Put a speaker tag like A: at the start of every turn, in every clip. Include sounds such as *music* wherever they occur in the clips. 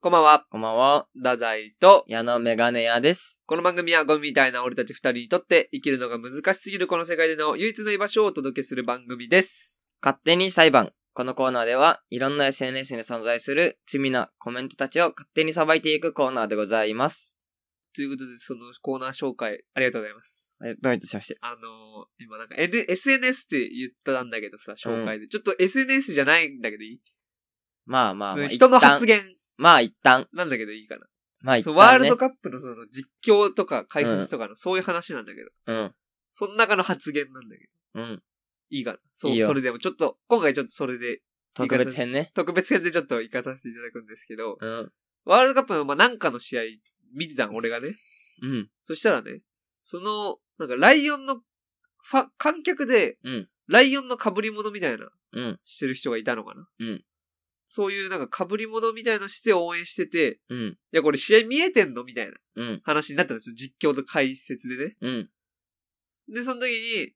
A: こんばんは、
B: こんばんは。
A: ダザイと、
B: 矢野メガネ屋です。
A: この番組はゴミみたいな俺たち二人にとって生きるのが難しすぎるこの世界での唯一の居場所をお届けする番組です。
B: 勝手に裁判。このコーナーでは、いろんな SNS に存在する罪なコメントたちを勝手に裁いていくコーナーでございます。
A: ということで、そのコーナー紹介ありがとうございます。
B: え、どういたしまして。
A: あのー今なんか、N、SNS って言ったんだけどさ、紹介で。ちょっと SNS じゃないんだけどいい、
B: まあまあ
A: そ
B: まあ、
A: の人の発
B: 言。
A: 言
B: まあ一旦。
A: なんだけどいいかな。
B: まあ一
A: そう
B: 旦、ね。
A: ワールドカップのその実況とか解説とかのそういう話なんだけど、
B: うん。
A: その中の発言なんだけど、
B: うん。
A: いいかな。そう、
B: いいよ
A: それでもちょっと、今回ちょっとそれで、
B: 特別編ね。
A: 特別編でちょっと行かさせていただくんですけど、
B: うん。
A: ワールドカップの、まあ、なんかの試合、見てたん、俺がね。
B: うん。
A: そしたらね、その、なんか、ライオンの、ファ、観客で、
B: うん
A: ライオンの被り物みたいな、
B: うん。
A: してる人がいたのかな。
B: うん
A: そういう、なんか、被り物みたいのして応援してて、
B: うん。
A: いや、これ試合見えてんのみたいな
B: うん。
A: 話になったんですよ。実況と解説でね。
B: うん。
A: で、その時に、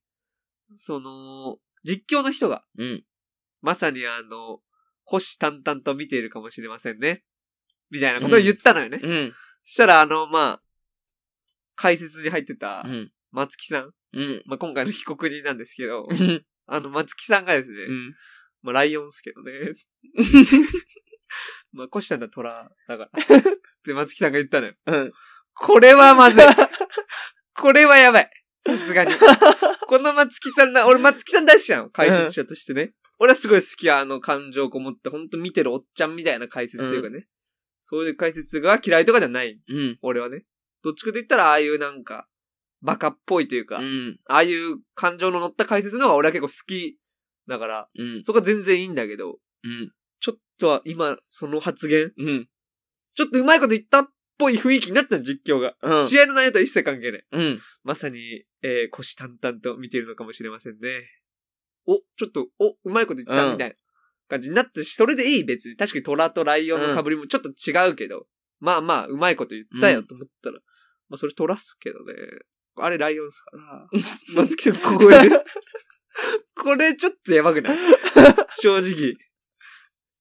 A: その、実況の人が、
B: うん。
A: まさにあの、虎視眈々と見ているかもしれませんね。みたいなことを言ったのよね。
B: うん。
A: したら、あの、まあ、解説に入ってた
B: う、ん。
A: 松木さん。
B: うん。
A: まあ、今回の被告人なんですけど
B: う、ん。
A: あの、松木さんがですね、
B: うん。
A: まあ、ライオンっすけどね。
B: *laughs*
A: まあ、コシタンだ虎だから。って松木さんが言ったのよ。
B: うん。
A: これはまずい。これはやばい。さす
B: *laughs*
A: がに。この松木さんな、俺松木さん大好きなの。解説者としてね。俺はすごい好きや、あの感情こもって、ほんと見てるおっちゃんみたいな解説というかね。そういう解説が嫌いとかじゃない。
B: うん。
A: 俺はね。どっちかと言ったら、ああいうなんか、バカっぽいというか、あ
B: うん。
A: あいう感情の乗った解説の方が俺は結構好きだから、
B: うん。
A: そこは全然いいんだけど、
B: うん。
A: ちょっとは今、その発言、
B: うん。
A: ちょっとうまいこと言ったっぽい雰囲気になったの実況が。
B: うん。
A: 試合の内容とは一切関係ない。
B: うん。
A: まさに、えー、腰淡々と見ているのかもしれませんね。お、ちょっと、お、うまいこと言った、
B: うん
A: みたいな感じになって、それでいい別に。確かに虎とライオンの被りもちょっと違うけど、まあまあ、うまいこと言ったよと思ったら、まあそれ虎っすけどね。あれライオンっすから。 *laughs* 松木さん、ここで。これちょっとやばく *laughs* ない正直。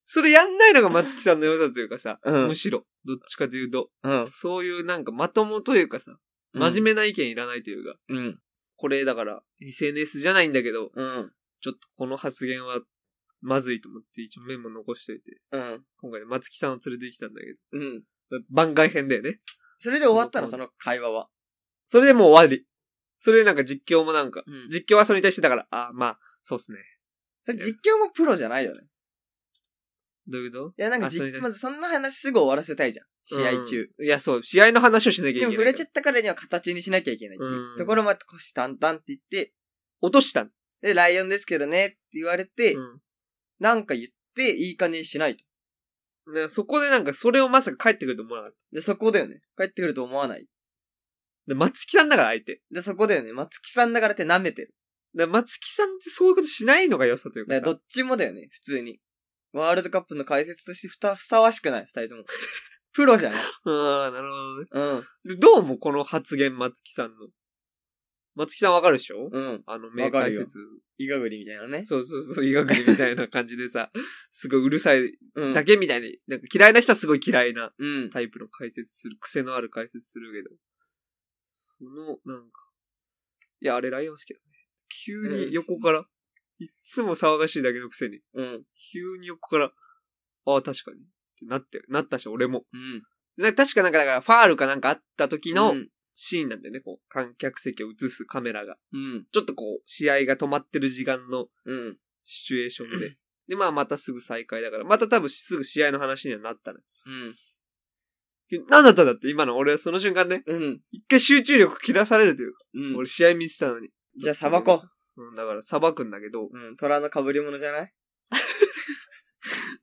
A: それやんないのが松木さんの良さというかさ、
B: うん
A: むしろ、どっちかというと、
B: うん。
A: そういうなんかまともというかさ、真面目な意見いらないというか、
B: 目。うん。
A: これだから、SNS じゃないんだけど、
B: うん。
A: ちょっとこの発言は、まずいと思って一応メモ残しといて、
B: うん。
A: 今回松木さんを連れてきたんだけ
B: うん。
A: ど、だ番外編だよね。
B: それで終わったの、その会話は。
A: それでもう終わり。それでなんか実況もなんか、
B: うん
A: 実況はそれに対してだから、あまあ、そうっすね。
B: それ実況もプロじゃないよね。
A: どういうこと
B: いや、なんか
A: あ
B: じ
A: それで
B: まずそんな話すぐ終わらせたいじゃん。試合中。
A: うんいや、そう、試合の話をしなきゃいけ
B: で
A: ない
B: も
A: か
B: 触
A: ら。
B: れちゃったからには形にしなきゃいけないっていううんところまで腰淡々って言って、
A: 落としたの。
B: で、ライオンですけどねって言われて、なんか言っていい加減にしないと。
A: うんでそこでなんか、それをまさか帰ってくると思わなかっ
B: で、そこだよね。帰ってくると思わない。
A: た。で、松木さんだから相手。
B: で、そこだよね。松木さんだからって舐めてる。
A: で、松木さんってそういうことしないのが良さというか
B: だ
A: さ。
B: からどっちもだよね、普通に。ワールドカップの解説としてふたふさわしくない、二人とも。 *laughs* プロじゃない。
A: ああ、なるほどね。
B: うん。
A: で、どうもこの発言、松木さんの。松木さんわかるでしょ
B: うん。
A: あの、名解説。
B: イガグリみたいなね。
A: そうそうそう、医学部みたいな感じでさ、すごいうるさい
B: うん。
A: だけみたいに、なんか嫌いな人はすごい嫌いな
B: うん。
A: タイプの解説する、癖のある解説するけど、その、なんか、いや、あれライオン好きだね。急
B: うん
A: に横から、いっつも騒がしいだけのくせに、
B: うん。
A: 急に横から、ああ、確かに。ってなって、なったし、俺も。
B: うん。
A: な確かなんか、だから、ファールかなんかあった時の、
B: うん。
A: シーンなんだよね、こう、観客席を映すカメラが。
B: うん。
A: ちょっとこう、試合が止まってる時間の
B: うん。
A: シチュエーションで。で、まあ、またすぐ再開だから、また多分すぐ試合の話にはなったね。
B: うん。
A: なんだったんだって、今の俺はその瞬間ね、
B: うん。
A: 一回集中力切らされるというか、
B: うん。
A: 俺試合見てたのに。
B: じゃあ、さばこ
A: う。うん、だから、さばくんだけど、
B: う。うん。虎の被り物じゃない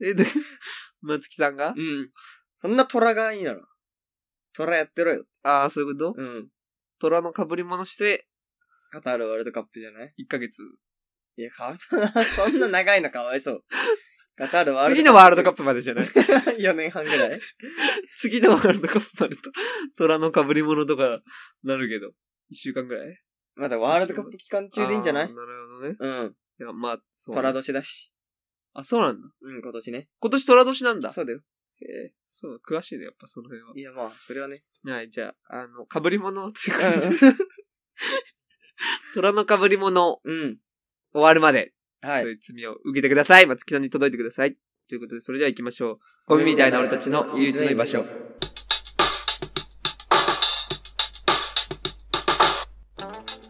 A: え、で、 *laughs* 松木さんが
B: うん。そんな虎がいいなら。虎やってろよ。
A: ああ、そういうこと
B: うん。
A: 虎の被り物して、
B: カタールワールドカップじゃない
A: 1ヶ月。
B: いや、かわいそうな。 *laughs* そんな長いのかわい *laughs* そう。カタールワールド
A: 次のワールドカッ
B: プ。
A: プまでじゃない *laughs*
B: 4年半ぐらい。
A: 次のワールドカップまでと、虎の被り物とか、なるけど、1週間ぐらい
B: まだワールドカップ期間中でいいんじゃな
A: あ
B: い
A: ーなるほどね。
B: うん。
A: いや、まあ、そう、
B: 虎年だし。
A: あ、そうなんだ。
B: うん、今年ね。
A: 今年虎年なんだ。
B: そうだよ。
A: えーそう、詳しいね、やっぱその辺は。
B: いや、まあ、それはね。
A: はい、じゃあ、あの、被り物っていうことで *laughs* 虎の被り物
B: うん。
A: 終わるまで、
B: は
A: とい
B: い。
A: う罪を受けてください。松木さんに届いてください。ということで、それでは行きましょう。ゴミみたいな俺たちの唯一の居場所。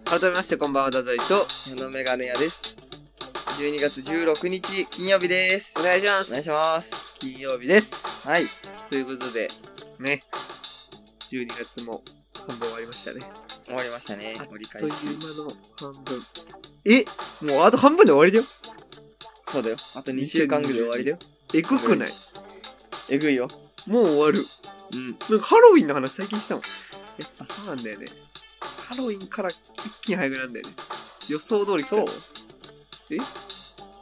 A: 改めまして、こんばんは、ダザイと、
B: 矢野メガネ屋です。12月16日、金曜日です。
A: お願いしま
B: お
A: す。
B: 願いします。
A: 金曜日です。
B: はい。
A: ということで、ね、12月も半分終わりましたね。
B: 終わりましたね。
A: あっ
B: 折り
A: あっ
B: 返
A: とい
B: し
A: う。間の半分。えもうあと半分で終わりだよ。
B: そうだよ。あと2週間ぐらいで終わりだよ。
A: えぐくない
B: えぐいよ。
A: もう終わる。
B: うん。
A: なんかハロウィンの話最近したもん。やっぱそうなんだよね。ハロウィンから一気に早くなんだよね。予想通り来た
B: そう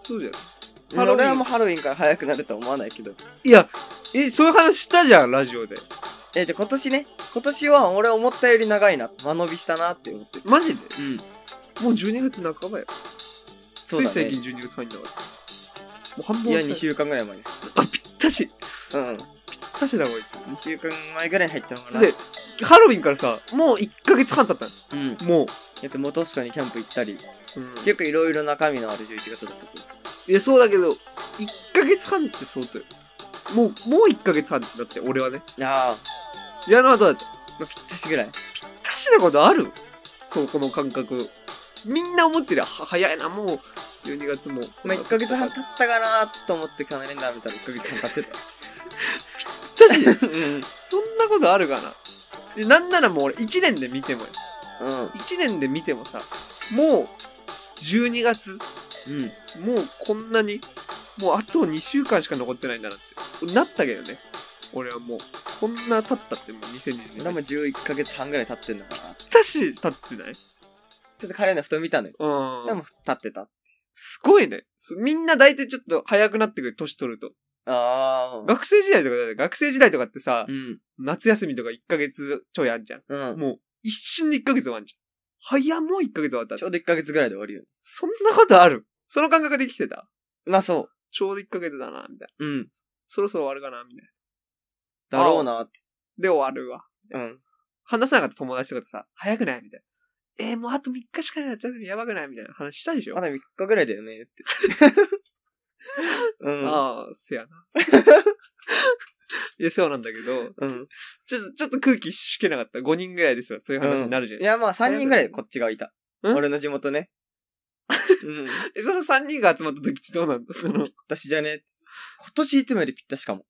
A: そうじゃん。
B: うん俺はもうハロウィンから早くなるとは思わないけど。
A: いや、え、そういう話したじゃん、ラジオで。
B: え、じゃあ今年ね。今年は俺思ったより長いな。間延びしたなって思ってる。
A: マジで
B: うん。
A: もう12月半ばよ。
B: そうだ
A: つい
B: ね
A: 最。近12月入んだから。もう半分
B: いや、
A: 終わ
B: 2
A: った
B: 週間ぐらい
A: あ、
B: 前。
A: ぴったし。ぴ
B: うん。
A: ったしだ、こい
B: 2週間前ぐらいに入ったのか
A: つ。
B: な。
A: で、ハロウィンからさ、もう1ヶ月半経ったの
B: うん。
A: もう。
B: だって、元かにキャンプ行ったり、
A: うん
B: 結構いろいろ中身のある11月だったと。
A: いや、そうだけど、1ヶ月半って相当よ。もう、もう1ヶ月半だって、俺はね。
B: いや
A: 矢野はどうだった
B: ー、まあ、ぴったしぐらい。
A: 大しなことあるそう、この感覚。みんな思ってる。は早いな、もう、12月も。
B: まあ、1ヶ月半経ったかなと思ってカレンダー見たら1ヶ月半経って *laughs* た。
A: たし、
B: うん。
A: そんなことあるかな。でなんならもう俺、1年で見てもよ。1年で見てもさ、もう、12月、
B: うん。うん。
A: もうこんなに、もうあと2週間しか残ってないんだなって。なったけどね。俺はもう、こんな経ったってもう2020
B: 俺
A: 年。
B: も11ヶ月半ぐらい経ってんのかな。ち
A: たし経ってない
B: ょっとカレンダーふと見たのよ。で
A: うん
B: も。経ってた。
A: すごいね。そうみんな大体ちょっと早くなってくる、年取ると。
B: ああ。
A: 学生時代とかだよね学生時代とかってさ、
B: うん。
A: 夏休みとか1ヶ月ちょいあんじゃん。
B: うん。
A: もう、一瞬で1ヶ月終わんじゃん。早もう1ヶ月終わった
B: ち。ょうど1ヶ月ぐらいで終わるよ。
A: そんなことあるその感覚で生きてた
B: まあそ
A: ちょうど1ヶ月だな、みたいな。
B: う。うん。
A: そろそろ終わるかな、みたいな。
B: だろうなって。
A: で、終わるわ。
B: うん。
A: 話さなかった友達とかとさ、早くないみたいな。えー、もうあと3日しかない夏休みやばくないみたいな話したでしょ、
B: まだ3日ぐらいだよねって。うん。
A: ああ、せやな。 *laughs* いや、そうなんだけど、
B: うん。
A: ちょっと、ちょっと空気しけなかった。5人ぐらいですわ。そういう話になるじゃん
B: い。や、まあ3人ぐらいこっちがいた。
A: うん
B: 俺の地元 *laughs* ね。うん。
A: え、その3人が集まった時ってどうなんだその、
B: 私じゃねえ。今年いつもよりぴったしかも。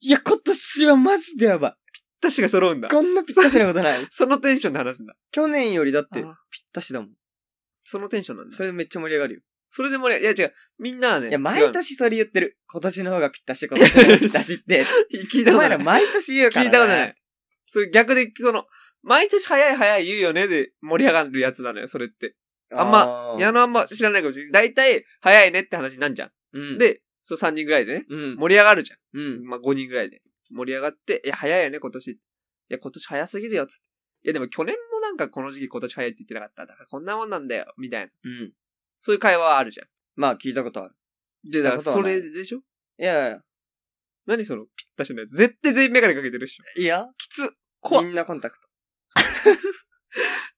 B: いや、今年はマジでやば
A: 私が揃うん
B: い。
A: だ。
B: こんなぴったしなこと *laughs* ない。
A: そのテンションで話すんだ。
B: 去年よりだってぴっ
A: あ
B: たしだもん。
A: そのテンションなんだ。
B: それめっちゃ盛り上がるよ。
A: それでもね、いや違う、みんなはね、
B: いや、
A: 違
B: 毎
A: うの *laughs*
B: 年それ言ってる。今年の方がぴったし、今年の方がぴった
A: *laughs*
B: しって。
A: 聞いた
B: お
A: こと
B: 前
A: ない
B: ら。毎年言うから、
A: 聞いたことない。。それ逆で、その、毎年早い早い言うよねで盛り上がるやつなのよ、それって。あん
B: ま
A: 矢野あんま知らないかもしれない。大体、早いねって話になんじゃん。
B: うん。、
A: で、そう3人ぐらいでね、
B: うん。
A: 盛り上がるじゃ
B: うん
A: ん。。まあ5人ぐらいで。盛り上がって、いや、早いよね、今年。いや、今年早すぎるよ、つって。いや、でも去年もなんかこの時期今年早いって言ってなかった。だからこんなもんなんだよ、みたいな。
B: うん。
A: そういう会話はあるじゃん。
B: まあ、聞いたことある。
A: で、だから
B: したこ
A: そ
B: とはない
A: れでしょ
B: いやいや
A: 何そのぴったしのやつ。絶対全員メガネかけてるっしょ。
B: いや。
A: きつ。怖
B: み
A: っ
B: んなコンタクト。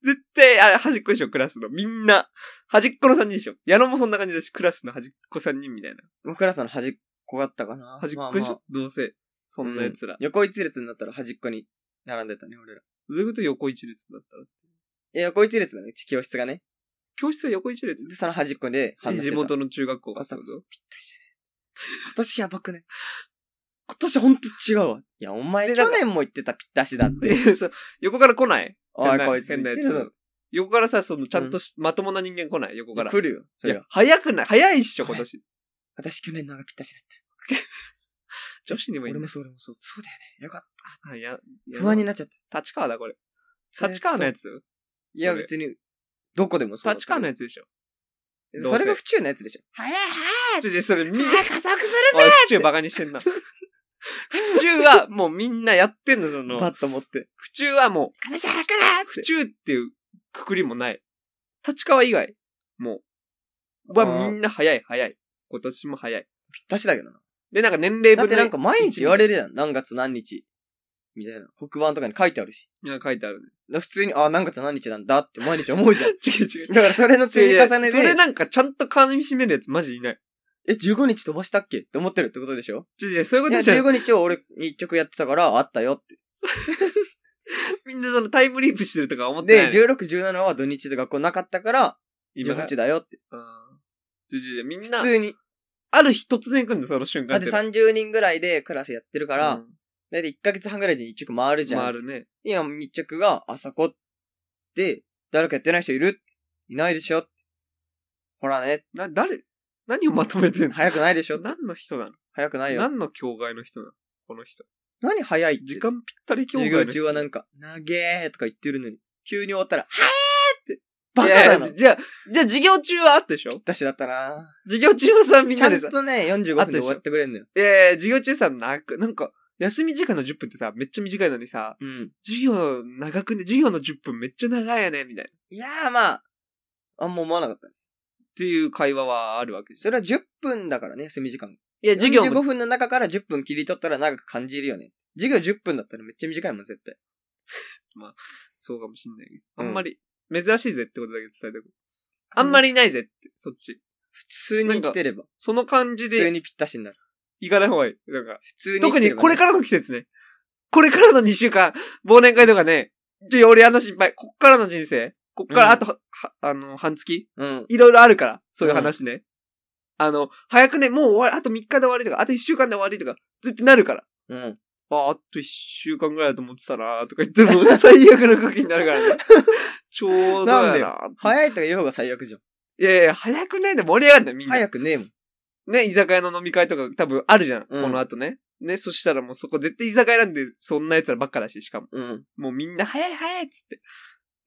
A: 絶対、あれ、端っこでしょ、クラスの。みんな。端っこの3人でしょ。矢野もそんな感じだし、クラスの端っこ3人みたいな。
B: 僕らその端っこだったかな。
A: 端っこ
B: まあ
A: でしょ、
B: まあ
A: どうせ。そんな奴ら。
B: うん横一列になったら端っこに並んでたね、俺ら。
A: どういうこと横一列になったら
B: いや横一列だね、教室がね。
A: 教室は横一列
B: で、その端っこで話して
A: 地
B: た。
A: 元の中学校がそう
B: あ今年やばくね。今年ほんと違うわ。いや、お前、
A: でなん
B: 去
A: か
B: 年も言ってたぴったしだ
A: *laughs*
B: って。
A: でそう横から来ない
B: お
A: 変
B: い、
A: な
B: こいつ。
A: 変なや
B: 言ってる
A: つ。横からさ、その、ちゃんとし、まともな人間来ない横か
B: ぞ
A: ら。
B: 来るよ。そ
A: い
B: れ
A: や
B: が。、
A: 早くない早いっしょ、今年。
B: 私、去年の方がぴったしだっ
A: 女子に
B: た。
A: もいい
B: 俺
A: んだ
B: もそう、俺もそう。そうだよね。よかっ
A: あ、いや、い
B: た。
A: や
B: 不安になっちゃった。
A: 立川だ、これ。立川のやつ
B: いや、
A: それ
B: 別に、どこでもそう。
A: 立川のやつでしょ。
B: つ。それが府中のやつでしょ。早い
A: あ、違う違う、それ、み、
B: 加速す
A: おい府中バカにしてんな。 *laughs* 府中はもうみんなやってんの、その。
B: バッと持って。
A: 府中はもう、
B: 私早くね
A: 府中っていうくくりもない。立川以外、もう。は
B: あー
A: みんな早い早い。今年も早い。
B: ぴったしだけどな。
A: で、なんか年齢
B: だっ
A: 分
B: てなんか毎日言わ
A: れ
B: れるじゃん。何月何日。みたいな。黒板とかに書いてあるし。
A: 書いてあるね。
B: だから普通に、あ、何月何日なんだって毎日思う *laughs* じゃん。
A: 違う違う。
B: だからそれの積み重ね
A: それ
B: で、
A: なんかちゃんと噛み締めるやつマジいない。
B: え、15日飛ばしたっけって思ってるってことでしょ
A: 違う違う、そういう
B: い
A: こ
B: や、
A: とじゃん。
B: 15日を俺一曲やってたから、あったよって。
A: みんなそのタイムリープしてるとか思ってない
B: で、
A: の。
B: 16、17は土日で学校なかったから、
A: 今が
B: 18だよって。
A: うん。違う違うみんな
B: 普、通に。
A: ある日突然来るんだ、その瞬
B: だ
A: 間
B: って30人ぐらいでクラスやってるか、
A: から
B: だいたい1ヶ月半ぐらいで日直回るじゃん。
A: 回るね。
B: 今、日直が朝子で、誰かやってない人いるいないでしょほらね、
A: な、誰何をまとめてんの
B: 早くないでしょ
A: 何の人なの
B: 早くないよ。
A: 何の境界の人なのこの人。
B: 何早いって。
A: 時間ぴったり境
B: 授
A: 界の人。
B: 業中はなんか、なげーとか言ってるのに、急に終わったら、はーって、
A: バ
B: バ
A: カ
B: カ
A: だ
B: だ
A: な。
B: な。
A: じゃあ、じゃあ授業中はあったでしょ
B: 出しだったな
A: 授業中はさ、みん
B: ちゃ
A: なで
B: ん
A: さ。
B: とね、45分で終わってくれんのよ。
A: いやいや、授業中さ、なく、なんか、休み時間の10分ってさ、めっちゃ短いのにさ、
B: うん。
A: 授業長くね、授業の10分めっちゃ長いよね、みたいな。っ
B: いやーまあ、あんま思わなかった。
A: ていう会話はあるわけじゃ
B: それは10分だからね、休み時間。
A: ん。いや、授業
B: 45
A: も、
B: 分の中から10分切り取ったら長く感じるよね。授業10分だったらめっちゃ短いもん、絶対。
A: そうかもしんないけど。あ
B: うん
A: んまり、珍しいぜってことだけ伝えておく。あんまりいないぜって、そっち。
B: 普通に生きてれば。
A: その感じ
B: 普通
A: で、
B: にぴったしになる。
A: 行かない方がいい。なんか、
B: 普通に生き
A: 特
B: て
A: に
B: ればね
A: これからの季節ね。これからの2週間、忘年会とかね。ちょ、俺あの心配。こっからの人生。こっからあと、は、あの、半月
B: うん。
A: いろいろあるから、そういう話ね。あの、早くね、もう終わり、あと3日で終わりとか、あと1週間で終わりとか、ずってなるから。
B: うん。
A: あ、あと1週間ぐらいだと思ってたなとか言
B: *laughs*
A: っても、最悪の空気になるからね。ちょうどや
B: なん
A: な
B: で早いとか言う方が最悪じゃん。
A: いやいや、早くないで盛り上がるんだよ、みんな。
B: 早くねえもん。
A: ね、居酒屋の飲み会とか多分あるじゃん、
B: うん
A: この後ね。ね、そしたらもうそこ絶対居酒屋なんで、そんな奴らばっかだし、しかも。
B: うん。
A: もうみんな早い早いっつって。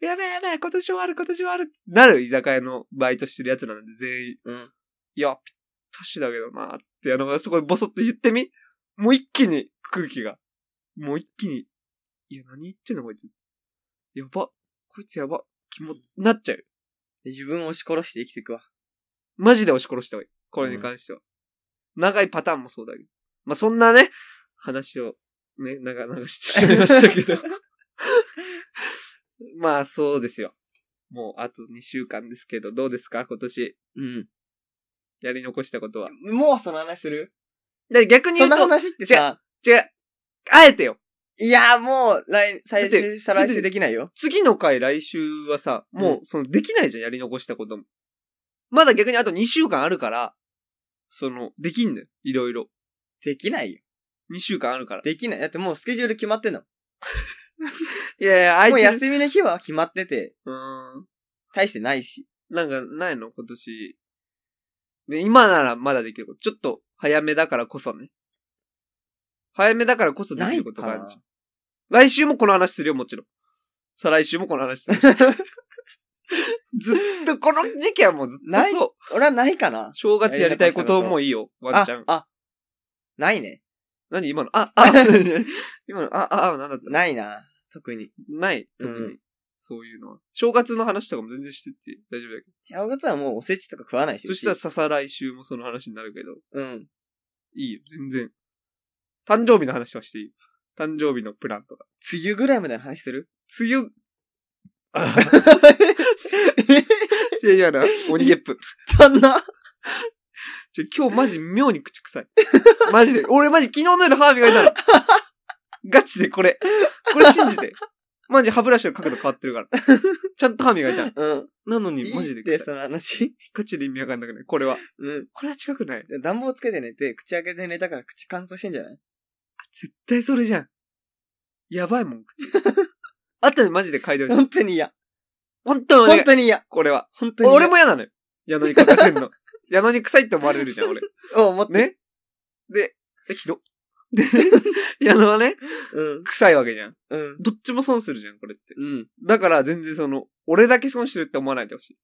A: やべえやべえ、今年終わる今年終わるってなる居酒屋のバイトしてる奴らなんで全員。
B: うん。
A: いや、ぴったしだけどなって、あの、そこでボソッと言ってみもう一気に空気が。もう一気に。いや、何言ってんのこいつ。やば。こいつやば。気も、なっちゃう。
B: で自分を押し殺して生きていくわ。
A: マジで押し殺した方がいい。これに関しては。長いパターンもそうだけど。まあ、そんなね、話を、ね、長々してしまいましたけ
B: *laughs*
A: ど。まあ、そうですよ。もう、あと2週間ですけど、どうですか今年、
B: う
A: やり残したことは。
B: ん。もうその話する
A: だから逆に
B: そ
A: 言うん
B: な
A: と、
B: 話ってさ、
A: 違う。あえてよ。
B: いやーもう来、
A: だ
B: 最
A: って
B: 終、再来週できないよ。
A: 次の回来週はさ、もう、その、できないじゃん、やり残したことも。まだ逆にあと2週間あるから、その、できんのよ。いろいろ。
B: できないよ。
A: 2週間あるから。
B: できない。だってもうスケジュール決まってんの。
A: いやいや、
B: もう
A: 相手。
B: 休みの日は決まってて、
A: うーん。
B: 大してないし。
A: なんか、ないの今年。で、今ならまだできること。ちょっと、早めだからこそね。早めだからこそできることがあるじゃん
B: ないか
A: 来週もこの話するよ、もちろん。再来週もこの話す
B: *laughs*
A: る。ずっと、この時期はもうずっと
B: ない
A: そう。
B: 俺はないかな。
A: 正月やりたいこともういいよ、ワン
B: あ
A: ちゃん、。
B: あ、ないね。
A: 何今のあ、
B: *laughs*
A: あ、今の、あ、あ、なんだった
B: ないな。特に。
A: ない、特
B: う
A: に。そういうのは。正月の話とかも全然してって大丈夫だけ
B: 正月はもうおせちとか食わないし。
A: ど。そしたらささ来週もその話になるけど、
B: うん。
A: いいよ、全然。誕生日の話とかしていいよ。誕生日のプランとか。
B: 梅雨ぐらいまでの話
A: *laughs*
B: する
A: 梅雨、あ *laughs* いやいやな、鬼ゲップ。
B: そんな
A: ちょ今日マジ妙に口 *laughs* 臭い。マジで。俺マジ昨日の夜歯磨いたの。ガチでこれ。これ信じて。マジ歯ブラシの角度変わってるから。ちゃんと歯磨いたの。
B: うん。
A: なのにマ
B: マ
A: ジ
B: ジ
A: で
B: で
A: 臭い。
B: その話。
A: ガチで意味わかんなくないこれは。
B: うん。
A: これは近くない
B: 暖房つけて寝て、口開けて寝たから口乾燥してんじゃない
A: 絶対それじゃん。やばいもん、 *laughs* 口。あったね、マジで嗅いで *laughs* ほしい。
B: 本当に嫌。
A: 本当にお願い
B: 本。当に嫌。
A: これは。
B: 本当に嫌。
A: 俺も嫌なのよ。矢野に嗅がせる
B: *laughs*
A: の。矢野に臭いって思われるじゃん、俺。
B: うん、思って。
A: ねで、えひどっ。で、 *laughs* 矢野はね、
B: うん。
A: 臭いわけじゃん。
B: うん。
A: どっちも損するじゃん、これって。
B: うん。
A: だから全然その、俺だけ損してるって思わないでほしい。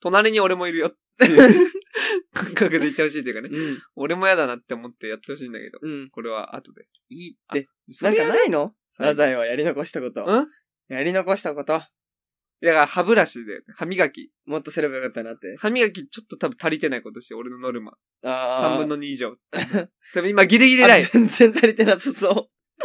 A: 隣に俺もいるよって
B: *laughs*
A: いう感覚で言ってほしいっていうかね。
B: うん。
A: 俺も嫌だなって思ってやってほしいんだけど。
B: うん。
A: これは後で。
B: いいって。
A: そ
B: なん
A: れ
B: か
A: やる
B: ないの
A: 最後
B: 太宰はやり残したこと。
A: うん
B: やり残したこと。
A: だから歯ブラシで、歯磨き。
B: もっとすればよかったなって。
A: 歯磨きちょっと多分足りてないことして、俺のノルマ。
B: ああ。
A: 3分の2以上。多分今ギリギリライン
B: あ。全然足りてなさそう。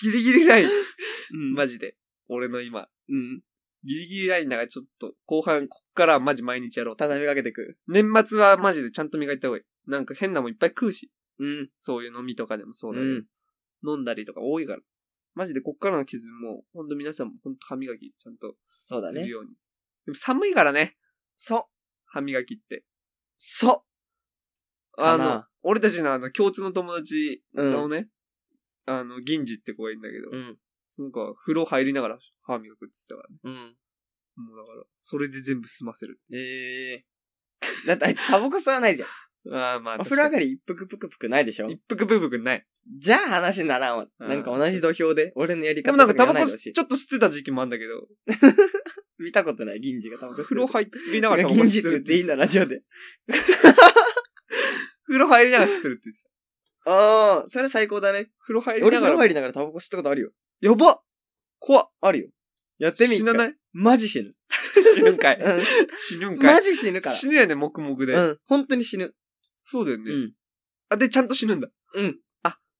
A: ギリギリライン。 *laughs*
B: うん
A: マジで。俺の今。
B: うん。
A: ギリギリラインだからちょっと、後半、こっからはマジ毎日やろうと。
B: 畳みかけてく。
A: 年末はマジでちゃんと磨いた方がいい。なんか変なもんいっぱい食うし。
B: うん。
A: そういう飲みとかでもそう
B: う
A: だけど
B: ん。
A: 飲んだりとか多いから。マジでこっからの傷も、ほんと皆さんもほんと歯磨きちゃんと
B: そうだ
A: する
B: ね。
A: ように。でも寒いからね、
B: そ、
A: 歯磨きって。
B: そ、
A: あ
B: か
A: の
B: な、
A: 俺たちのあの、共通の友達のね、あの、銀次って子がいるんだけど、
B: うん。
A: その子は風呂入りながら歯磨くって言ってたから、ね、
B: うん。
A: もうだから、それで全部済ませる。
B: ええだってあいつタバコ吸わないじゃん。
A: ああ、まあ、
B: お風呂上
A: り。
B: がり一服ぷくぷくないでしょ
A: 一服ブーブくんない。
B: じゃあ話にならんわ。
A: うん
B: なんか同じ土俵で、俺のや
A: で
B: り方
A: もなんかタバ
B: とか言
A: コ
B: わないでほし
A: ち
B: い
A: ょっと吸ってた時期もあるんだけど、
B: 見たことない、銀次がタバコ吸って
A: 風
B: る
A: 呂入りながらタバコ
B: 銀次
A: 吸
B: っ
A: っててる
B: 言っ
A: ってて
B: いいんだ、ラジオで。
A: 風呂入りながら吸ってるって言ってた。
B: ああ、それ最高だね。
A: 風呂入り
B: 俺
A: なが
B: 風呂
A: ら。
B: 入りながらタバコ吸ったことあるよ。
A: やば怖っ
B: あるよ。やってみ
A: 死なないい
B: マジ死ぬ。
A: 死ぬんかい。
B: う
A: 死ぬん
B: ん。
A: か
B: マ
A: い。
B: ジ死ぬから。
A: 死ぬよね、黙々で。
B: うん。本当に死ぬ。
A: そうだよね、
B: うん。
A: あ、で、ちゃんと死ぬんだ。
B: うん。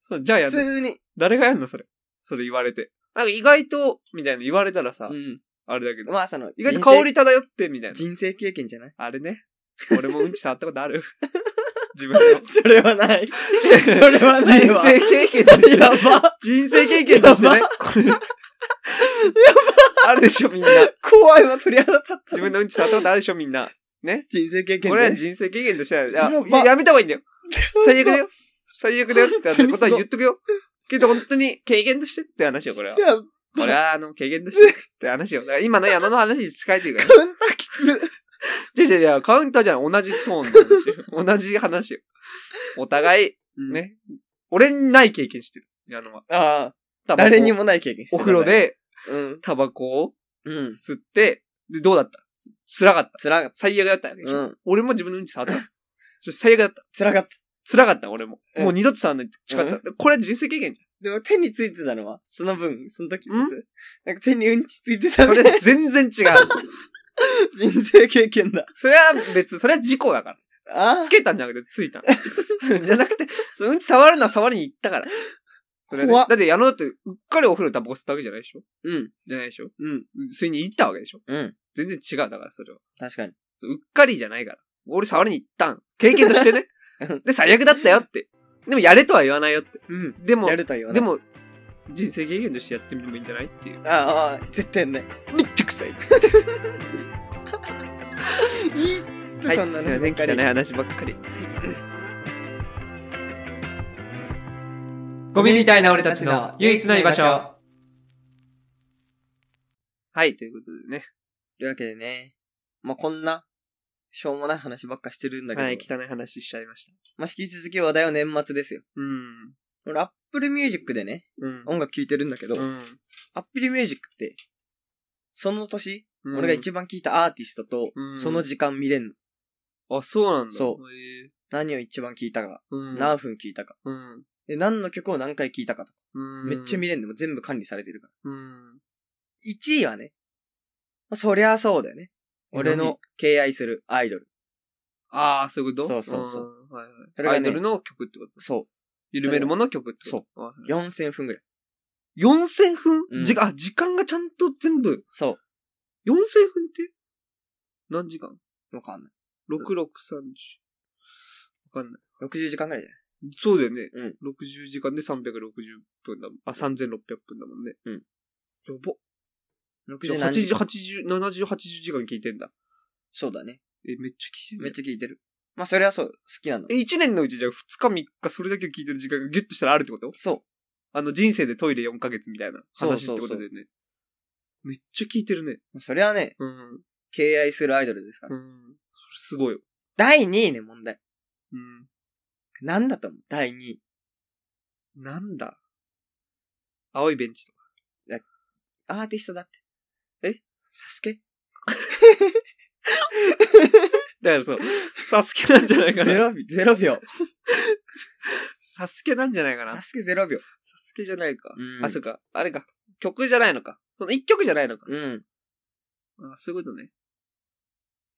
A: そう、じゃあや
B: 普
A: んの
B: 通に。
A: 誰がやんのそれ。それ言われて。なんか意外と、みたいな言われたらさ、
B: うん。
A: あれだけど。
B: まあその、
A: 意外と香り漂って、みたいな。
B: 人生。人生経験じゃない
A: あれね。俺もうんち触ったことあ
B: *laughs*
A: る。自分の。
B: それはない。それは
A: 人
B: ないわ。
A: 生経験として。
B: *laughs* やば。
A: *laughs* 人生経験としてね。これ。やばあるでしょ、みんな。
B: *laughs* 怖いわ、鳥肌立った。
A: 自分のうんち触ったことあるでしょ、みんな。ね。
B: 人生経験
A: これは
B: で。
A: 人生経験としては、い
B: や
A: や
B: ば
A: いややめた方がいいんだよ。最悪だよ。最悪だよ *laughs* ってことは言っとくよ。けど本当に経験としてって話よ、これは。
B: いや、カウン
A: これは、あの、軽減としてって話よ。だから今の矢野の話に近いというか、ね、
B: ターきつ。
A: いやいやいや、カウンターじゃん。同じトーンの話よ。 *laughs* 同じ話よ。お互い、ね。俺にない経験してる。矢野は。
B: あ
A: タ
B: あ、
A: バコ
B: 誰に。もない経験して
A: お
B: た
A: 風呂。で、
B: うん。
A: タバコを
B: うん。
A: 吸って、で、どうだった辛かった。
B: 辛かっ
A: 最悪だったわけで
B: た。
A: しょ。
B: ん。
A: 俺も自分のうんち触った。 *laughs* それ最悪だった。
B: 辛かった。
A: 辛かった、俺も。
B: うん
A: もう二度と触んないって誓った。これは人生経験じ
B: でも手についてたのは、その分、その時
A: ん
B: ですなんか手にうんちついて
A: ゃ
B: た
A: ん。そ
B: の
A: れ
B: で、
A: 全
B: *laughs*
A: 然違う。
B: 人生経験だ。
A: それは別、それは事故だから。
B: あ
A: つけたんじゃなくて、ついたの。 *laughs* じゃなくて、そのうんち触るのは触りに行ったから。それね
B: 怖っ
A: だって、矢野だって、うっかりお風呂でタバコ吸ったわけじゃないでしょ
B: うん。
A: じゃないでしょ
B: うん。
A: 吸いに行ったわけでしょ
B: うん。
A: 全然違う、だから、それは。
B: 確かに。
A: そううっかりじゃないから。俺触りに行ったん。経験として *laughs* ね
B: うん。
A: で、最悪だったよって。でも、やれとは言わないよって。
B: うん。
A: でも
B: や、るとは言わな
A: で
B: い。
A: も、人生経験としてやってみてもいいんじゃないっていう。
B: ああ、絶対ない。
A: めっちゃ臭い。
B: いいっ
A: は
B: て、
A: い、す
B: そ
A: い
B: ん
A: ま
B: な
A: せん、汚い話ばっかり。 *laughs* ゴミみたいな俺たちの唯一の居場所。。はい、ということでね。
B: というわけでね、まあ、こんな、しょうもない話ばっかしてるんだけど、
A: はい、汚い話しちゃいました。
B: まあ、引き続き話題は年末ですよ。
A: うん。
B: 俺、Apple Music でね、
A: うん。
B: 音楽聴いてるんだけど、
A: うん。
B: Apple Music って、その年、
A: うん
B: 俺が一番聴いたアーティストと、
A: うん
B: その時間見れんの。
A: あ、そうなんだ。。
B: そう
A: え
B: 何を一番聴いたか、
A: うん。
B: 何分聴いたか。
A: うん。
B: で、何の曲を何回聴いたかとか。
A: うん。
B: めっちゃ見れんのも全部管理されてるから。
A: うん。
B: 1位はね、まあ、そりゃそうだよね。
A: え
B: 俺の敬愛するアイドル。
A: ああ、そういうこと
B: そうそうそ
A: うん。はい
B: それ
A: はい。ア
B: が
A: イ
B: ね
A: ドルの曲ってこと
B: そ。
A: 緩めるもの曲ってことそう
B: 4000分ぐらい。
A: う。4000分、
B: うん
A: 時間、あ、時間がちゃんと全部。
B: そう。
A: 4000分って何時間
B: わかんない。
A: ?6630。わかんない。
B: 60時間ぐらいじゃない
A: そうだよね。
B: うん
A: 60時間で360分だもん。あ、3600分だもんね。
B: うん
A: やばっ。
B: ?60 何時
A: 80、80、70、80時間聞いてんだ。
B: そうだね。
A: え、めっちゃ聞いて
B: めっ
A: る。
B: ちゃ聞いてる。まあ、それはそう。好きなんだ
A: え、。1年のうちじゃあ2日3日それだけ聞いてる時間がギュッとしたらあるってこと
B: そう。
A: あの人生でトイレ4ヶ月みたいな話ってことだよね。めっちゃ聞いてるね。
B: まあそれはね、
A: うん。
B: 敬愛するアイドルですから。
A: うん。それすごいよ。
B: 第2位ね、問題。
A: うん。
B: なんだと思う第2位。
A: なんだ青いベンチとか。
B: アーティストだって。えサスケ
A: だから *laughs* そう、サスケなんじゃないかな。
B: ?0 秒。0秒。
A: サスケなんじゃ *laughs* ないかな。
B: サ
A: サ
B: スケ0秒。
A: スケじゃないか。
B: うん
A: あ、そっか。あれか。曲じゃないのか。その一曲じゃないのか。
B: うん。
A: あそういうことね。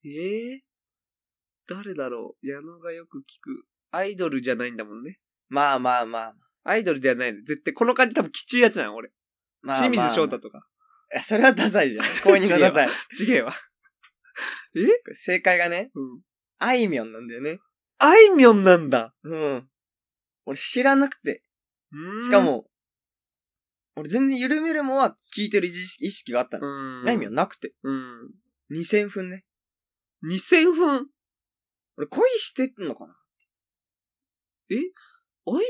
A: ええ誰だろう矢野がよく聞く。アイドルじゃないんだもんね。
B: まあまあまあ。
A: アイドルではないの。絶対、この感じ多分きちいやつなの、俺。
B: まあ、
A: 清水翔
B: ま
A: 太
B: あ
A: とか。
B: まあそれはダ
A: *laughs*
B: サいじゃん。高認のダサい。
A: ちげえわ。
B: 正解がね、
A: うん。
B: あいみょんなんだよね。
A: あいみょんなんだ。
B: うん。俺知らなくて。
A: うーん
B: しか、も、俺全然緩めるもんは聞いてる意識意識があったの。
A: うん。
B: あいみょんなくて。
A: うん。
B: 2000分ね。
A: 2000分。
B: 俺恋してんのかな
A: あい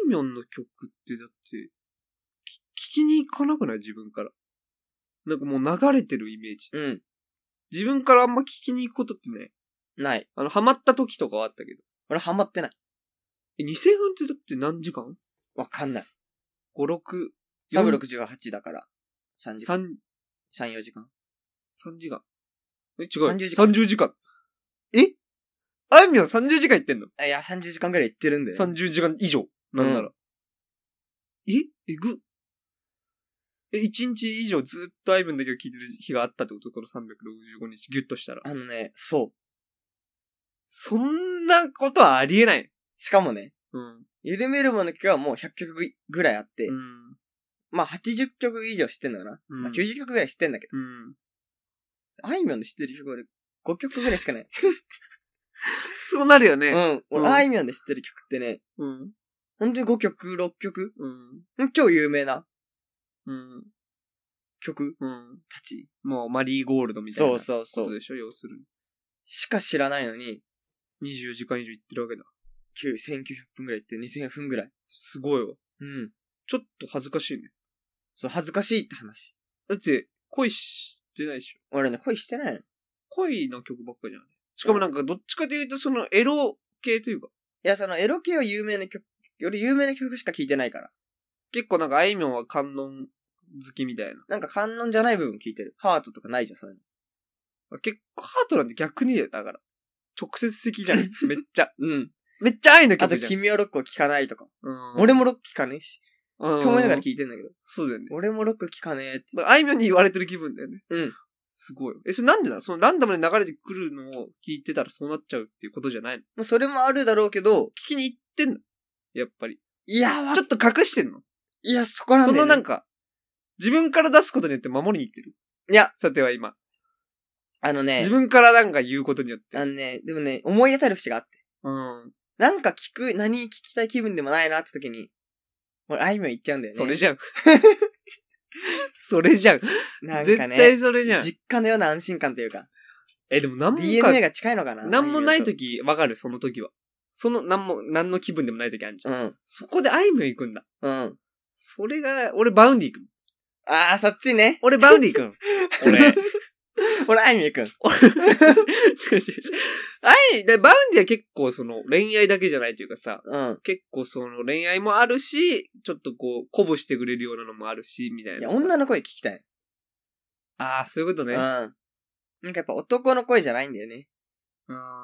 A: みょんの曲ってだって、き聞きに行かなくない自分から。なんかもう流れてるイメージ。
B: うん。
A: 自分からあんま聞きに行くことってね、
B: ない。
A: あの、ハマった時とかはあったけど。
B: 俺ハマってない。
A: え、2000分ってだって何時間
B: わかんない。
A: ?5、6、
B: サブ68だから。3時間。
A: 3、
B: 3、4時間。
A: 3時間。え、違うよ。
B: 30時間
A: 30時間。えあいみょん30時間行ってんの
B: あいや、30時間ぐらい行ってるんだよ。
A: ?30 時間以上。なんなら。
B: う
A: ええぐ。え、1日以上ずっとあいみょんだけを聞いてる日があったってことこの365日ギュッとしたら。
B: あのね、そう。
A: そんなことはありえない。
B: しかもね、
A: うん。
B: 緩めるものの曲はもう100曲ぐらいあって、
A: うん。
B: まあ80曲以上知ってんのかな、
A: うん
B: まあ、?90 曲ぐらい知ってんだけど、
A: うん。
B: あいみょんの知ってる曲俺5曲ぐらいしかない。
A: そうなるよ
B: *laughs* う
A: ね。
B: ん。俺、
A: うん
B: あいみょんで知ってる曲ってね、
A: うん。
B: ほんとに5曲、6曲、
A: うん。
B: うん超有名な
A: うん。
B: 曲
A: うん。
B: たち。
A: もう、マリーゴールドみたいな
B: そう
A: こ
B: そうそ
A: と
B: う。
A: でしょ要するに。
B: しか知らないのに、
A: 24時間以上行ってるわけだ。
B: 9 1900分ぐらいって2000分ぐらい。
A: すごいわ。
B: うん。
A: ちょっと恥ずかしいね。
B: そう、恥ずかしいって話。
A: だって、恋してないでしょ。
B: 俺ね、恋してないの。い
A: 恋の曲ばっかじゃん。しかもなんか、どっちかというと、その、エロ系というか、
B: や、その、エロ系は有名な曲、より有名な曲しか聴いてないから。
A: 結構なんか、あいみょんは観音好きみたいな。
B: なんか観音じゃない部分聴いてる。ハートとかないじゃん、そういう
A: 結構、ハートなんて逆にだよ、だから。直接的じゃん。
B: *laughs*
A: めっちゃ。
B: の。うん。
A: めっちゃ愛の
B: あと、
A: 曲じゃん。
B: 君はロックを聴かないとか。
A: うん
B: 俺もロック聴かねえし。
A: うん
B: って思いながら聴いてんだけど。
A: そうだよね。
B: 俺もロック聴かねえって。
A: だからあいみょんに言われてる気分だよね。
B: うん。
A: すごい。え、それなんでだそのランダムで流れてくるのを聞いてたらそうなっちゃうっていうことじゃないの
B: まあ、それもあるだろうけど、
A: 聞きに行ってんのやっぱり。
B: いや、わ
A: ちょっと隠してんの
B: いや、そこなんだ
A: そ
B: よ、ね。
A: のなん
B: か、
A: か、自分から出すことによって守りに行ってる。
B: いや、
A: さては今。
B: あのね
A: 自、分からなんか言うことによって。
B: あのね、でもね、思い当たる節があって。
A: うん。
B: なんか聞く、何聞きたい気分でもないなって時に、俺、あいみょん言っちゃうんだよね。
A: それじゃん。 *laughs* それじゃん。
B: なん
A: 絶
B: かね、
A: 対それじゃん。
B: 実家のような安心感というか、
A: え、でも何も
B: DNA が近いのかな。
A: 何もない
B: 時
A: 時、わかる、その時は。その、何も、何の気分でもない時あるじゃん。
B: うん。
A: そこであいみょん行くんだ。
B: うん。
A: それが、俺バウンディ行くもん。
B: あー、そっちね。
A: 俺バウンディ行く
B: *laughs*
A: もん。俺。
B: 俺、あいみょんく
A: 違
B: ん。
A: う違う違う。あい、でバウンディは結構その恋愛だけじゃないというかさ、
B: うん。
A: 結構その恋愛もあるし、ちょっとこう、鼓舞してくれるようなのもあるし、みたい
B: い
A: な
B: や、
A: さ。
B: 女の声聞きたい。
A: ああ、そういうこと
B: うん。
A: ね。
B: なんかやっぱ男の声じゃないんだよね。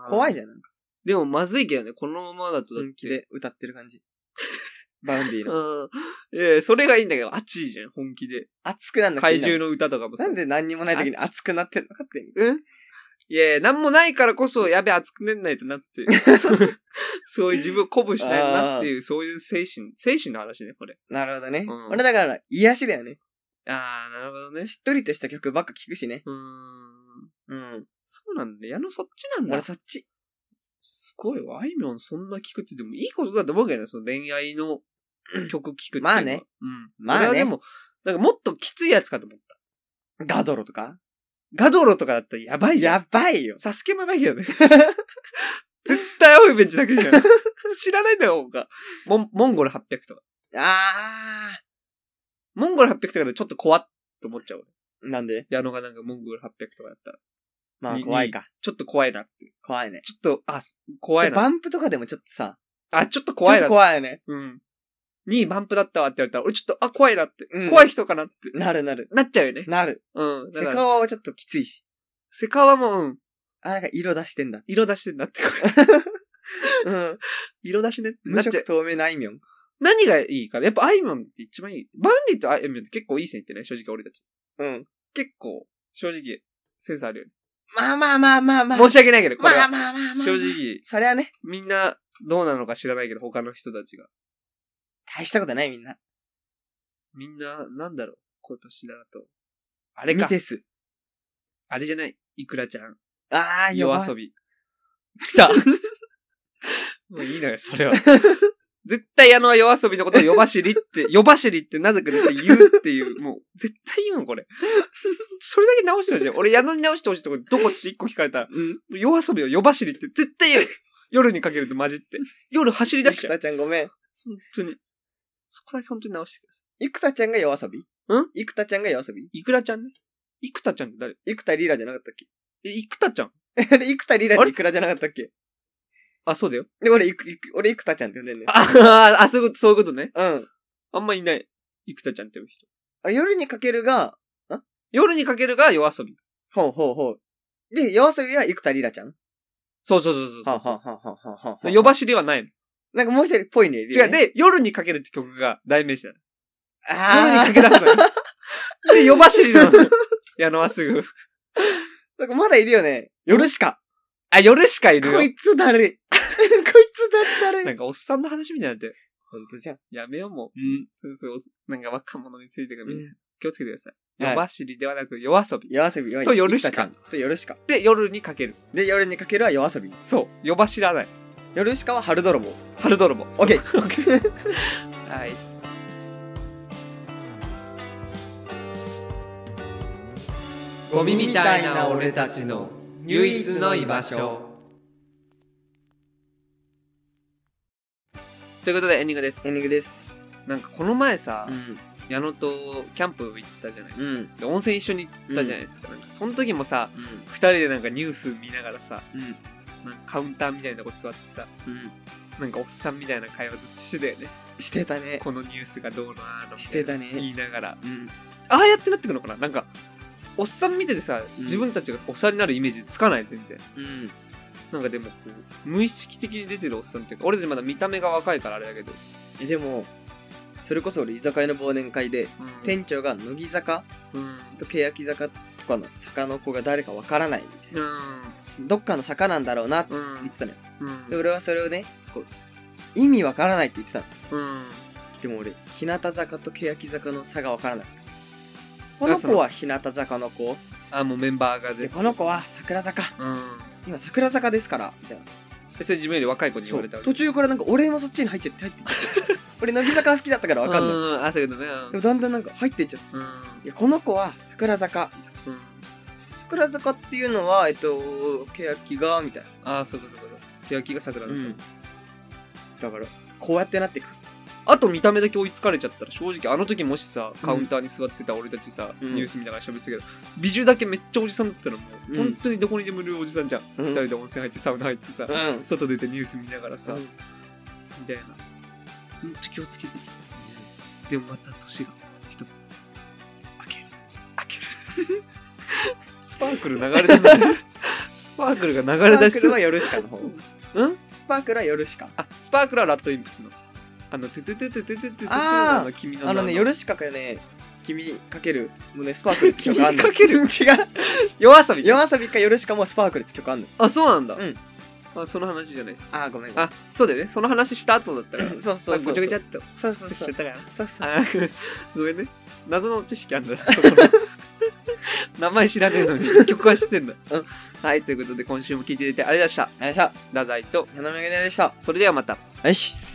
B: 怖いじ
A: ゃん。
B: ゃん、なんか。
A: でもまずいけどね、このままだとだっ
B: 本気
A: て。
B: で歌ってる感じ。 *laughs* バウンディ
A: う
B: の。
A: ん。ええ、それがいいんだけど、熱いじゃん、本気で。
B: 熱くなんなくてい
A: 怪
B: いんだも
A: 獣
B: ん
A: の歌とかもさ。
B: なんで何にもない時に
A: あっち
B: 熱くなってんのかって。
A: うんいや、なんもないからこそ、やべ、熱くねんないとなって。
B: *laughs*
A: そういう自分を鼓舞したいなっていう、そういう精神、精神の話ね、これ。
B: なるほどね。
A: うん
B: 俺だから、癒しだよね。
A: ああ、なるほどね。
B: しっとりとした曲ばっか聴くしね。
A: うーん。
B: うん。
A: そうなんだ。矢野そっちなんだ
B: 俺。そっち。
A: すごいわ。あいみょんそんな聞くって、でもいいことだと思うけどね。その恋愛の曲聞くっていうのは
B: まあね。
A: うん。
B: まあね
A: 俺はでも、なんかもっときついやつかと思った。
B: ガドロとか
A: ガドロとかだったらやばいじゃん。
B: やばいよ。
A: サスケもやばいけどね。 *laughs* 絶対青いベンチだけじゃん。 *laughs* 知らないんだよ、他。モン、モンゴル800とか。
B: あ
A: モンゴル800とかでちょっと怖っと思っちゃう。
B: ー。なんで
A: 矢野がなんかモンゴル800とかだったら。
B: まあ
A: に
B: 怖いか。
A: ちょっと怖いなって。
B: 怖いね。
A: ちょっと、あ、怖いな。
B: バンプとかでもちょっとさ、
A: あ、ちょっと怖い
B: ち
A: な
B: ょっと。怖いよね。
A: うん。2位バンプだったわって言われたら、俺ちょっと、あ、怖いなって。
B: うん
A: 怖い人かなって。
B: なるなる。
A: なっちゃうよね。
B: なる。
A: うん。だ
B: セ
A: か
B: カ
A: ら、
B: オワはちょっときついし。
A: セカオワも、うん。
B: あ、なんか色出してんだ。
A: 色出してんなって。これ
B: *laughs* うん。
A: 色出しねってな
B: 無
A: っちゃう
B: 色。透明なあいみょん。
A: 何がいいかねやっぱあいみょんって一番いい。バンディとあいみょんって結構いい線いってない正直俺たち。
B: うん。
A: 結構、正直、センスあるよね。
B: まあまあまあまあまあ。
A: 申し訳ないけど、こ
B: ま
A: れ
B: あ
A: は。
B: まあまあまあまあ。
A: 正。直、
B: それはね、
A: みんなどうなのか知らないけど、他の人たちが。
B: 大したことないみんな。
A: みんな、なんだろう、今年だと。あ
B: あ
A: れか。
B: ス。
A: あれじゃない。いくらちゃん。
B: ああ、
A: 夜
B: 弱
A: 遊
B: い。
A: び。来た。もういいのよ、それは。 *laughs* 絶対あの夜遊びのことを夜走りって、夜走りってなぜか絶対言うっていう、もう絶対言うの、これ。それだけ直してほしい。俺、宿に直してほしいとこどこって一個聞かれたら、 *laughs*
B: うん。
A: 夜遊びを夜走りって絶対言
B: *laughs*
A: う。夜にかけると混じって。夜走り出
B: ゆ
A: し
B: く
A: ちゃう。
B: たちゃんごめん。
A: 本当に。そこだけ本当に直してくださ
B: ゆくたちゃんが夜遊び
A: ん
B: ゆくたちゃんが夜遊び
A: い。いくらちゃんね。いくたちゃんって誰
B: ゆくたりらじゃなかったっけ *laughs*
A: え、いくたちゃん
B: あれ、ゆくたりら
A: あ
B: って
A: れ
B: いくらじゃなかったっけ
A: あ、そうだよ。
B: で、俺、ゆく、ゆく俺、ゆくたちゃんって呼んでんね。
A: あ、あ、そういうこと、そういうことね。
B: うん。
A: あんまいない。いくたちゃんって呼ぶ人。
B: あれ、夜にかけるが、
A: 夜にかけるが夜遊び。
B: ほうほうほう。で、夜遊びはゆくたりらちゃん
A: そうそうそうそうそう
B: はあはあはあはあはあはあ
A: で夜走りはないの。
B: なんかもう一人っぽいね。
A: 違う。、で、夜にかけるって曲が代名詞だ。夜に
B: あ
A: かけ出すのよ。で、夜走
B: *laughs*
A: りなのよ。矢野はすぐ。
B: あ、なんかまだいるよね。夜しか。
A: あ、夜しかいる
B: こ
A: よ。
B: いつだ *laughs* るい。こいつだだるい。
A: なんかおっさんの話みたいになってる。
B: ほんとじゃん。
A: やめようもう。
B: うん。
A: そうそう。なんか若者についてがみんな
B: うん
A: 気をつけてください。
B: はい
A: 夜走りではなく夜遊び。
B: 夜遊びは
A: と夜しか
B: ゆくたちゃんと夜しか。
A: で、夜にかける。
B: で、夜にかけるは夜遊び。
A: そう。夜走らない。
B: 夜しかは春泥棒。
A: 春泥棒。オ
B: オッケ
A: ッ
B: *laughs* ー。
A: はい。
B: ゴミみたいな俺たちの唯一の居場所。
A: ということでエンディングです
B: エン。ディングです。
A: なんかこの前さ、
B: ん。
A: 矢野とキャンプ行ったじゃないですか。
B: うん。
A: で温泉一緒に行ったじゃないですか。なんかその時もさ、
B: うん。
A: 二人でなんかニュース見ながらさ、
B: うん。
A: なんかカウンターみたいなとこ座ってさ、
B: うん。
A: なんかおっさんみたいな会話ずっとしてたよね。
B: してたね。
A: このニュースがどうのあーのみ
B: したて
A: いな
B: たね。
A: 言いながら。
B: うん。
A: ああやってなってくのかななんか、おっさん見ててさ、
B: うん
A: 自分たちがおっさんになるイメージつかない、全然。
B: うん。
A: なんかでもこう、無意識的に出てるおっさんっていうか、俺たちまだ見た目が若いからあれだけど。
B: え、でも、それこそ俺居酒屋の忘年会で、店長が乃木坂
A: うん。
B: と欅坂とかの坂の子が誰かわからないみたいな。
A: うん。
B: どっかの坂なんだろうなって
A: う
B: 言っ
A: ん。
B: てたのよ。
A: うん
B: で、。俺はそれをね、こう、意味わからないって言ってたの。
A: うん。
B: でも俺、日向坂と欅坂の差がわからなかった。この子は日向坂の子、
A: あ、もうメンバーが
B: で、
A: で。
B: この子は桜坂。
A: うん。
B: 今桜坂ですから、みたいな。
A: えそれ自分より若い子に言われたわけ
B: 途中からなんか俺もそっちに入っちゃって、入ってっち
A: *laughs*
B: ゃって。俺、乃木坂が好きだったからわかんない。
A: ない。あ、そういうことね。
B: でもだんだんなんか入ってっちゃって。
A: うん。
B: いや、この子は桜坂。みたいな
A: うん。
B: 桜坂っていうのは、えっと、欅が、みたいな。
A: ああ、そうかそうかそうか。欅が桜だった。
B: うんだから、こうやってなっていく。
A: あと見た目だけ追いつかれちゃったら、正直あの時もしさ、カウンターに座ってた俺たちさ、
B: うん
A: ニュース見ながら喋ってたけど、美女だけめっちゃおじさんだったらもう、
B: うん
A: 本当にどこにでもいるおじさんじゃん。
B: うん
A: 二人で温泉入ってサウナ入ってさ、
B: うん。
A: 外出てニュース見ながらさ、
B: さ
A: み、たいな。ほんと気をつけてきて。でもまた年が一つ。
B: 開ける。
A: 開ける。 *laughs* スパークル流れ出
B: *laughs*
A: すね。スパークルが流
B: ス
A: れ
B: パ
A: 出
B: ー
A: し
B: ク
A: そ
B: ル
A: う
B: はヨルシカの方。
A: うん
B: スパークルはヨルシカ。
A: あ、スパークラーラットインプスの。あの、トゥトゥトゥトゥトゥトゥトゥトゥ
B: あー
A: あの君の名
B: あのね、ヨルシカがね、君かける、もうね、スパークルって曲あんの。
A: 君に
B: 違う。
A: 夜遊び。
B: 夜遊びかヨルシカもスパークルって曲あんの。
A: あ、そうなんだ。
B: うん
A: あ、その話じゃないです。
B: あー、ごめん。
A: あ、そうだよね。その話した後だったから。
B: うんそうそうそう。
A: ごちゃごちゃ
B: ゃ
A: っ。と。
B: そうそう
A: しち
B: そ
A: ゃ
B: う
A: っ。たから。
B: そうそう。
A: あ *laughs* ーごめんね。謎の知識あん
B: *laughs*
A: だな。そこの名前知らねえのに、曲は知ってんだ。
B: うん
A: はい、ということで今週も聞いていただいてありがとうございま
B: よいしょ。
A: した。太宰と、
B: 矢野めぐねでした。
A: それではまた。
B: よし。